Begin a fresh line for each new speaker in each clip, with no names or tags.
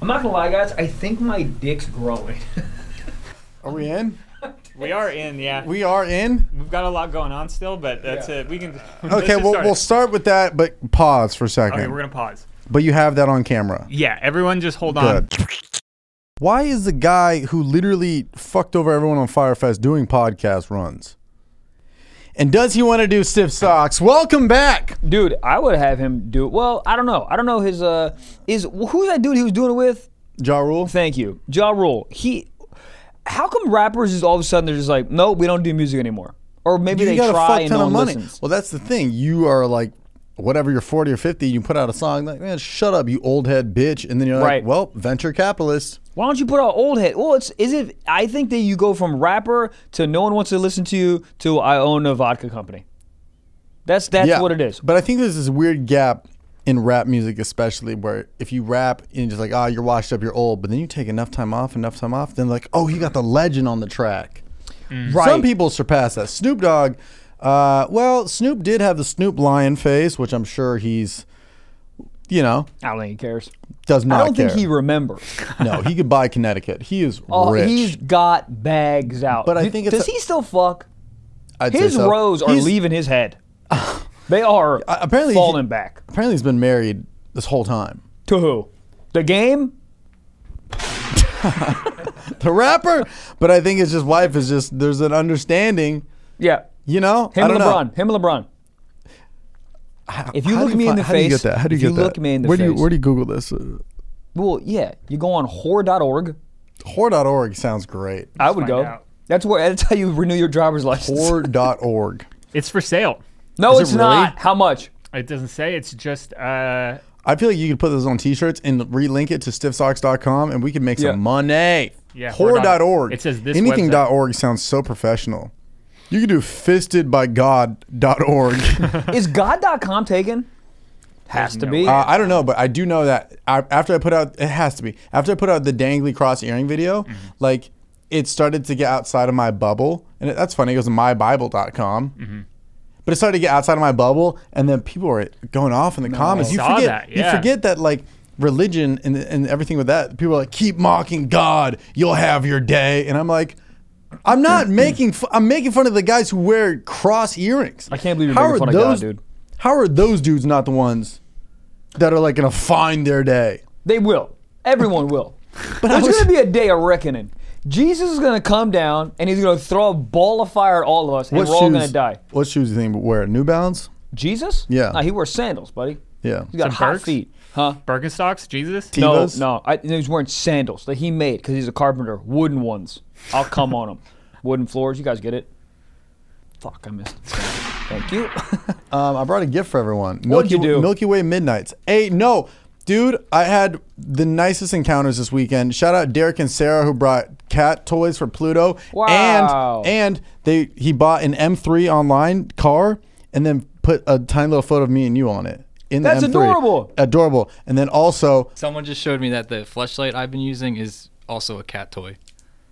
I'm not gonna lie, guys. I think my dick's growing.
Are we in?
We are in, yeah. We,
We are in.
have got a lot going on still, but that's
Yeah.
it. We can. let's
Okay,
just
well,
start.
we'll start with that, but pause for a second.
Okay, we're gonna pause.
but you have that on camera.
Yeah, everyone, just hold on.
Good. Why is the guy who literally fucked over everyone on Firefest doing podcast runs? And does he want to do stiff socks? Welcome back.
Dude, I would have him do well. I don't know. I don't know his uh is who's that dude he was doing it with?
Ja Rule.
Thank you, Ja Rule. He, how come rappers is all of a sudden they're just like, no, we don't do music anymore, or maybe they try and no one listens.
Well, that's the thing. You are like, whatever you're 40 or 50, you put out a song, like, man, shut up, you old head bitch. And then you're
Right.
like, well, venture capitalist.
Why don't you put out old head? Well, it's is it? I think that you go from rapper to no one wants to listen to you to I own a vodka company. That's that's what it is.
But I think there's this weird gap in rap music, especially where if you rap and you're just like, ah, you're washed up, you're old, but then you take enough time off, enough time off, then like, oh, he got the legend on the track. Some people surpass that. Snoop Dogg, uh, well, Snoop did have the Snoop Lion face, which I'm sure he's, you know,
I don't think he cares.
does not
I don't
care.
think he remembers.
no, he could buy Connecticut. He is
Oh,
rich.
he's got bags out.
But I
Do-
think it's
does
a-
he still fuck?
I'd say
His
so.
rows are
He's-
leaving his head. they are
Uh, apparently he-
falling back.
Apparently, he's been married this whole time.
To who? The game?
The rapper, but I think it's just wife is just there's an understanding.
Yeah.
You know, I
Him
don't
and
know.
LeBron. Him and LeBron. If you
How do
look me
fi-
in the
how
face,
do you get that? How do you
if
get
you
that?
look me in the
where Do you,
face-
where do you Google this? Uh,
Well, yeah. You go on whore.org.
whore.org sounds great.
I would
find
go.
out.
That's where. That's how you renew your driver's license.
Whore.org.
It's for sale.
no,
Is it
it's not.
really?
How much?
It doesn't say. It's just. Uh,
I feel like you could put this on t-shirts and relink it to stiffsocks.com and we could make
Yeah.
some money.
Yeah,
whore.org.
it says this
Anything
website.
dot .org sounds so professional. You could do fistedbygod.org. uh,
Is God.com taken? Has
There's
to
no
be.
way.
I don't know, but I do know that I, after I put out, it has to be, after I put out the dangly cross earring video,
Mm-hmm.
like it started to get outside of my bubble. And it, that's funny. It goes to mybible.com.
Mm-hmm.
But it started to get outside of my bubble, and then people were going off in the comments.
I
You
saw
forget,
that,
you
yeah.
forget that like religion and, and everything with that. People are like, keep mocking God, you'll have your day, and I'm like, I'm
Mm-hmm.
not making. F- I'm making fun of the guys who wear cross earrings.
I can't believe you're making
are
fun of God,
those,
dude.
How are those dudes not the ones that are like gonna find their day?
They will. Everyone will.
But I
There's
was-
going to be a day of reckoning. Jesus is going to come down and he's going to throw a ball of fire at all of us, and we're all going to die.
What shoes do you think we wear? New Balance?
Jesus?
Yeah.
Nah, he wears sandals, buddy.
Yeah.
He's got
Some
hot
Birks?
feet, huh?
Birkenstocks, Jesus.
Tevas?
No, no. I, no, he's wearing sandals that he made because he's a carpenter. Wooden ones. I'll come on him. Wooden floors. You guys get it? Fuck, I missed. it. Thank you.
Um, I brought a gift for everyone.
What'd
Milky,
you do?
Milky Way Midnights. Hey, no, dude, I had the nicest encounters this weekend. Shout out Derek and Sarah who brought cat toys for Pluto.
Wow.
And and they he bought an M3 online car and then put a tiny little photo of me and you on it. In the
That's
M3.
adorable.
Adorable. And then also
Someone just showed me that the flashlight I've been using is also a cat toy.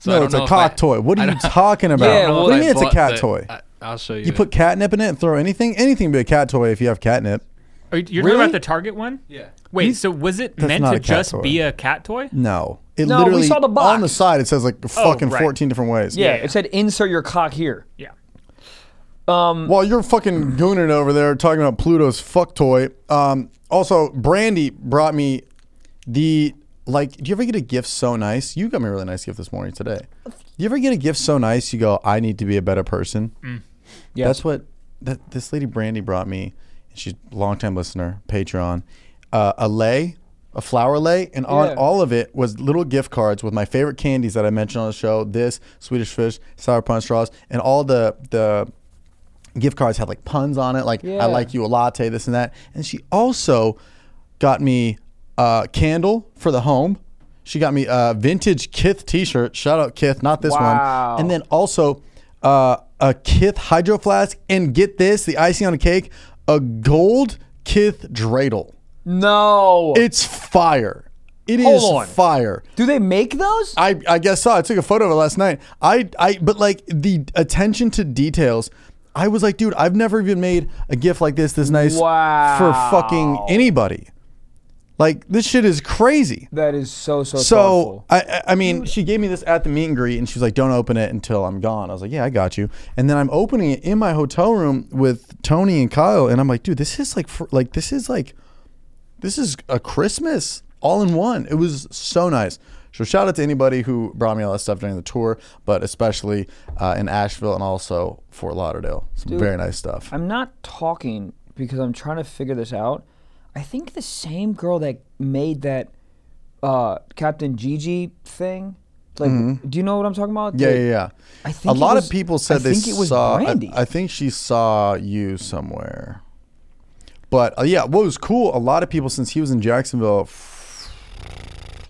So I
no,
don't
it's a
know if
cock
I-
toy. What
I
are you
don't-
talking about?
Yeah, well,
what do
I
you mean it's a
bought
cat
the-
toy?
I, I'll show you.
you put catnip in it and throw anything. Anything would be a cat toy if you have catnip.
Are you, you're
Really?
talking about the Target one?
Yeah.
Wait, so was it meant
not
to
a cat
just
toy. Mm.
be a cat toy?
No, it
No, we
literally
saw the
on
box. Oh,
the side. It says like fucking
right.
fourteen different ways.
yeah, it said insert your cock here. Um,
Yeah.
While you're fucking gooning over there talking about Pluto's fuck toy. Um, also, Brandy brought me the like. Do you ever get a gift so nice? You got me a really nice gift this morning today. Do you ever get a gift so nice you go, I need to be a better person?
Yes.
That's what that this lady Brandy brought me. and She's a longtime listener, Patreon. Uh, a lei, a flower lei, and on
Yeah.
all of it was little gift cards with my favorite candies that I mentioned on the show. This Swedish fish, sour punch straws, and all the the gift cards had like puns on it, like
Yeah.
I like you a latte, this and that. And she also got me a candle for the home. She got me a vintage Kith T-shirt. Shout out Kith, not this
Wow.
one. And then also uh, a Kith Hydro Flask, and get this, the icing on the cake, a gold Kith dreidel.
No.
It's fire. It is
Hold on.
fire.
Do they make those?
I, I guess so. I took a photo of it last night. I, I but like the attention to details. I was like, dude, I've never even made a gift like this this nice
Wow.
for fucking anybody. Like this shit is crazy.
That is so so.
So
thoughtful.
I, I- I mean, she gave me this at the meet and greet, and she's like, "Don't open it until I'm gone." I was like, "Yeah, I got you." And then I'm opening it in my hotel room with Tony and Kyle, and I'm like, "Dude, this is like, fr- like this is like, this is a Christmas all in one." It was so nice. So shout out to anybody who brought me all that stuff during the tour, but especially uh, in Asheville and also Fort Lauderdale. Some very nice stuff.
I'm not talking because I'm trying to figure this out. I think the same girl that made that uh, Captain Gigi thing. Like, do you know what I'm talking about?
Mm-hmm. yeah,
The-
yeah, yeah.
I think
a
it
lot
was-
of people
I
said they
think it was
saw. I-
Brandy.
I, think she saw you somewhere. But uh, yeah, what was cool? A lot of people since he was in Jacksonville, f-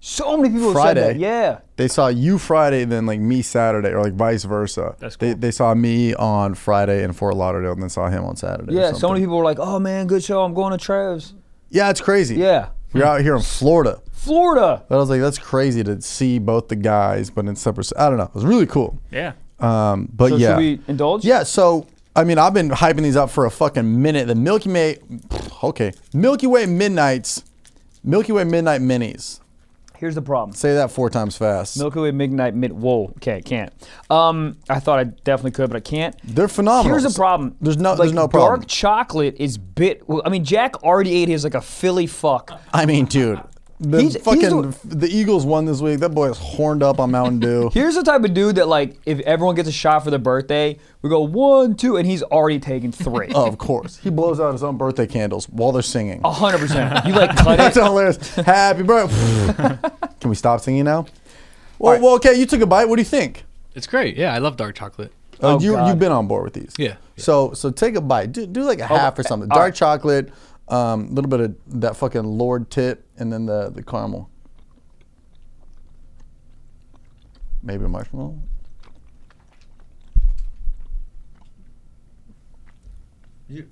So many people
Friday.
have said that. Yeah.
they saw you Friday, and then like me Saturday, or like vice versa.
That's
They
cool.
they saw me on Friday in Fort Lauderdale, and then saw him on Saturday. or
Yeah, so many
something.
people were like, "Oh man, good show. I'm going to Trav's."
Yeah, it's crazy.
Yeah,
we are out here in Florida.
Florida.
But I was like, that's crazy to see both the guys, but in separate. I don't know. It was really cool.
Yeah.
Um, but
So
yeah,
should we indulge?
Yeah, so I mean, I've been hyping these up for a fucking minute. The Milky Way, okay, Milky Way Midnights, Milky Way Midnight Minis.
Here's the problem.
Say that four times fast.
Milky Way Midnight Mid. Whoa. Okay, I can't. Um, I thought I definitely could, but I can't.
They're phenomenal.
Here's the problem.
There's no,
Like,
there's no problem.
Dark chocolate is bit. I mean, Jack already ate his like a Philly fuck.
I mean, dude, the
He's- he's
fucking
the-
the Eagles won this week. That boy is horned up on Mountain Dew.
Here's the type of dude that like, if everyone gets a shot for their birthday, we go one, two, and he's already taken three. A
of course, he blows out his own birthday candles while they're singing.
hundred percent. You like cut
That's
it.
hilarious. Happy birthday. Can we stop singing now? Well, well, okay. You took a bite. What do you think?
It's great. Yeah, I love dark chocolate.
Oh,
Oh,
you,
God.
you've been on board with these.
Yeah.
So so take a bite. Do, do like a half or something. Dark
alright.
chocolate, a um, little bit of that fucking Lord tit, and then the, the caramel. Maybe a marshmallow.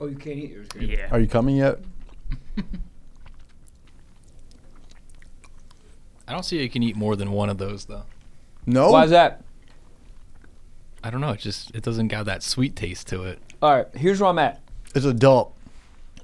oh, you can't eat yours.
Yeah.
Are you coming yet?
I don't see how you can eat more than one of those though.
No.
Why is that?
I don't know. It just it doesn't got that sweet taste to it.
All right. Here's where I'm at.
It's adult.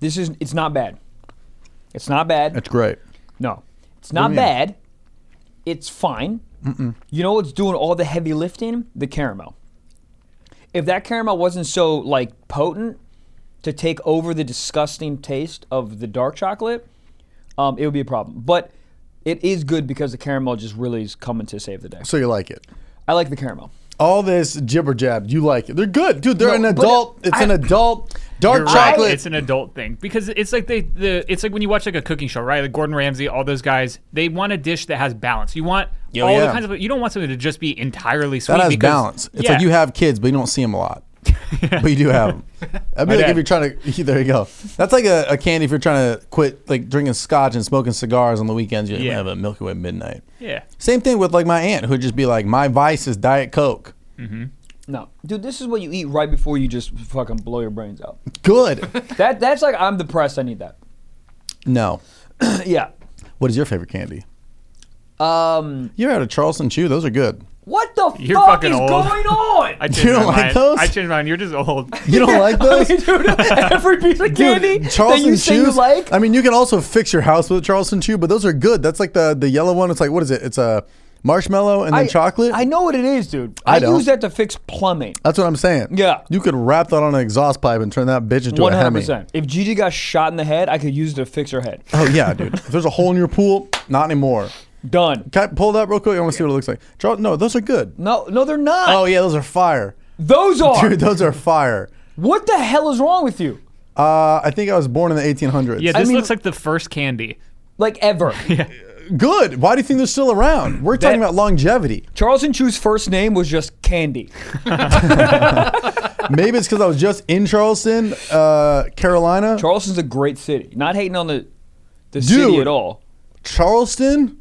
This is. It's not bad. It's not bad.
It's great.
No, it's not
do you mean?
bad. It's fine. You know what's doing all the heavy lifting? The caramel. If that caramel wasn't so like potent to take over the disgusting taste of the dark chocolate, um, it would be a problem. But it is good because the caramel just really is coming to save the day.
So you like it.
I like the caramel.
All this jibber jab, you like it. They're good, dude. They're
No,
an
but
adult. it's an
I-
adult dark
You're right.
chocolate.
It's an adult thing because it's like they the it's like when you watch like a cooking show, right? Like Gordon Ramsay, all those guys, they want a dish that has balance. You want all
Oh, yeah.
the kinds of you don't want something to just be entirely sweet.
That has
because-
balance. It's
yeah.
like you have kids, but you don't see them a lot. But you do have them. That'd be
My
like if
dad.
you're trying to. There you go. That's like a, a candy if you're trying to quit like drinking scotch and smoking cigars on the weekends. You like,
Yeah.
"I'm gonna have a Milky Way midnight.
Yeah.
Same thing with like my aunt who'd just be like, my vice is Diet Coke.
No, dude, this is what you eat right before you just fucking blow your brains out.
Good.
That that's like I'm depressed. I need that.
no.
yeah.
What is your favorite candy?
Um.
You're out of Charleston Chew. Those are good.
What the
You're
fuck
fucking
is
old.
going on?
I changed
You don't
my
like
mind.
those?
I changed mine. You're just old.
You don't like
I
those?
mean, dude, every piece of candy that
Charleston
you say you
Chews-
like.
I mean, you can also fix your house with Charleston Chew, but those are good. That's like the the yellow one. It's like what is it? It's a marshmallow and then
I-
chocolate.
I know what it is, dude.
I
I,
don't.
use that to fix plumbing.
That's what I'm saying.
Yeah.
You could wrap that on an exhaust pipe and turn that bitch into
One
a
hundred
Hemi.
percent. If Gigi got shot in the head, I could use it to fix her head.
Oh yeah, dude. if there's a hole in your pool, not anymore.
Done.
Can I pull that real quick? I want to see what it looks like. Charles, no, those are good.
No, no, they're not.
Oh yeah, those are fire.
Those are.
Dude, those are fire.
What the hell is wrong with you?
Uh, I think I was born in the 1800s.
Yeah, this
mean-
looks like the first candy.
Like ever.
good. Why do you think they're still around? We're talking
That-
about longevity.
Charleston Chew's first name was just Candy.
Maybe it's because I was just in Charleston, uh, Carolina.
Charleston's a great city. Not hating on the the
Dude.
city at all.
Charleston,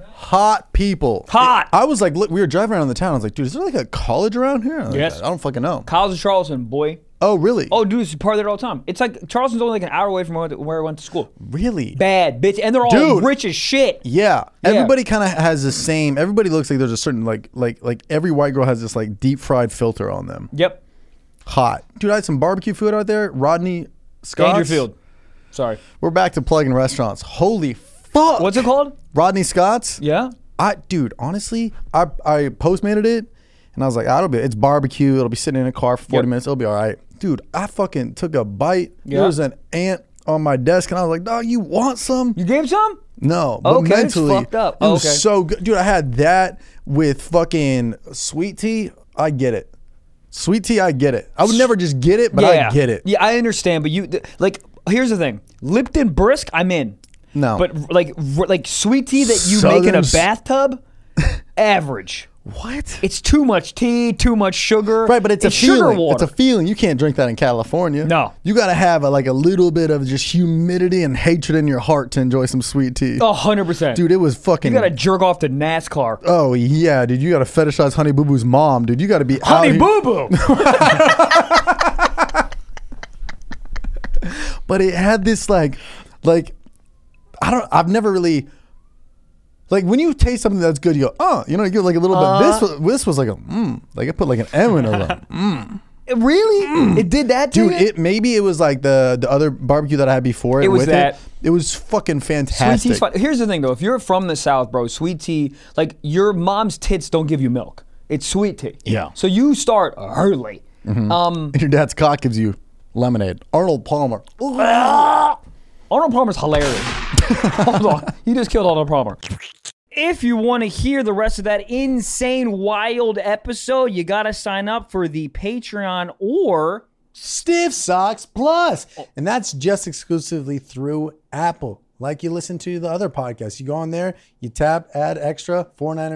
hot people.
Hot.
I was like, look, we were driving around the town. I was like, dude, is there like a college around here? I'm like,
Yes.
I don't fucking know.
Kyle's of Charleston, boy.
Oh, really?
Oh, dude, it's part of it all the time. It's like Charleston's only like an hour away from where where I went to school.
really?
Bad bitch, and they're all
Dude.
rich as shit.
Yeah.
Yeah.
Everybody kind of has the same. Everybody looks like there's a certain like like like every white girl has this like deep fried filter on them.
Yep.
Hot. Dude, I had some barbecue food out there. Rodney Scott.
Dangerfield. Sorry.
We're back to plugging restaurants. Holy fuck!
What's it called?
Rodney Scott's.
Yeah.
I dude, honestly, I I postmated it, and I was like, ah, it'll be it's barbecue. It'll be sitting in a car for forty
Yep.
minutes. It'll be all right, dude. I fucking took a bite.
Yeah.
There was an ant on my desk, and I was like, dog, you want some?
You gave some?
No, but
Okay, it's
mentally,
fucked up.
it was
Okay.
so good, dude. I had that with fucking sweet tea. I get it. Sweet tea, I get it. I would never just get it, but
yeah.
I get it.
Yeah, I understand, but you th- like here's the thing. Lipton brisk, I'm in.
No.
But like r- like sweet tea that you make in a
Southern s-
bathtub, average.
What?
It's too much tea, too much sugar.
Right, but it's, a
sugar
feeling.
water.
It's a feeling. You can't drink that in California.
No.
you got to have a, like a little bit of just humidity and hatred in your heart to enjoy some sweet tea.
A hundred percent,
Dude, it was fucking.
Oh. You gotta jerk off to NASCAR.
oh yeah, dude, you got to fetishize Honey Boo Boo's mom, dude. You got to be out
Honey
here-
Boo Boo.
But it had this like, like, I don't. I've never really. Like when you taste something that's good, you go, oh, you know, you get like a little bit. This
Uh-huh.
was this was like a mmm. Like I put like an M in it. I was like, mm.
really? Mm. It did that, to
dude.
you?
It maybe it was like the the other barbecue that I had before it.
It was
with
that.
It. it was fucking
Sweet
fantastic.
tea's fine. Here's the thing though, if you're from the South, bro, sweet tea, like your mom's tits don't give you milk. It's sweet tea.
Yeah. Mm-hmm.
So you start early. Um,
And your dad's cock gives you lemonade. Arnold Palmer.
Ah! Arnold Palmer's hilarious. Hold on, you just killed Arnold Palmer. If you want to hear the rest of that insane, wild episode, you got to sign up for the Patreon or
Stiff Socks Plus. And that's just exclusively through Apple. Like you listen to the other podcasts. You go on there, you tap, add extra, four nine.